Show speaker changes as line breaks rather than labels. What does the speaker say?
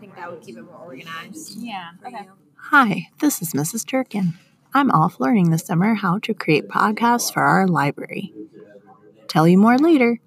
think that would keep it more organized.
Yeah.
for
Okay.
you.
Hi, this is Mrs. Durkin. I'm off learning this summer how to create podcasts for our library. Tell you more later.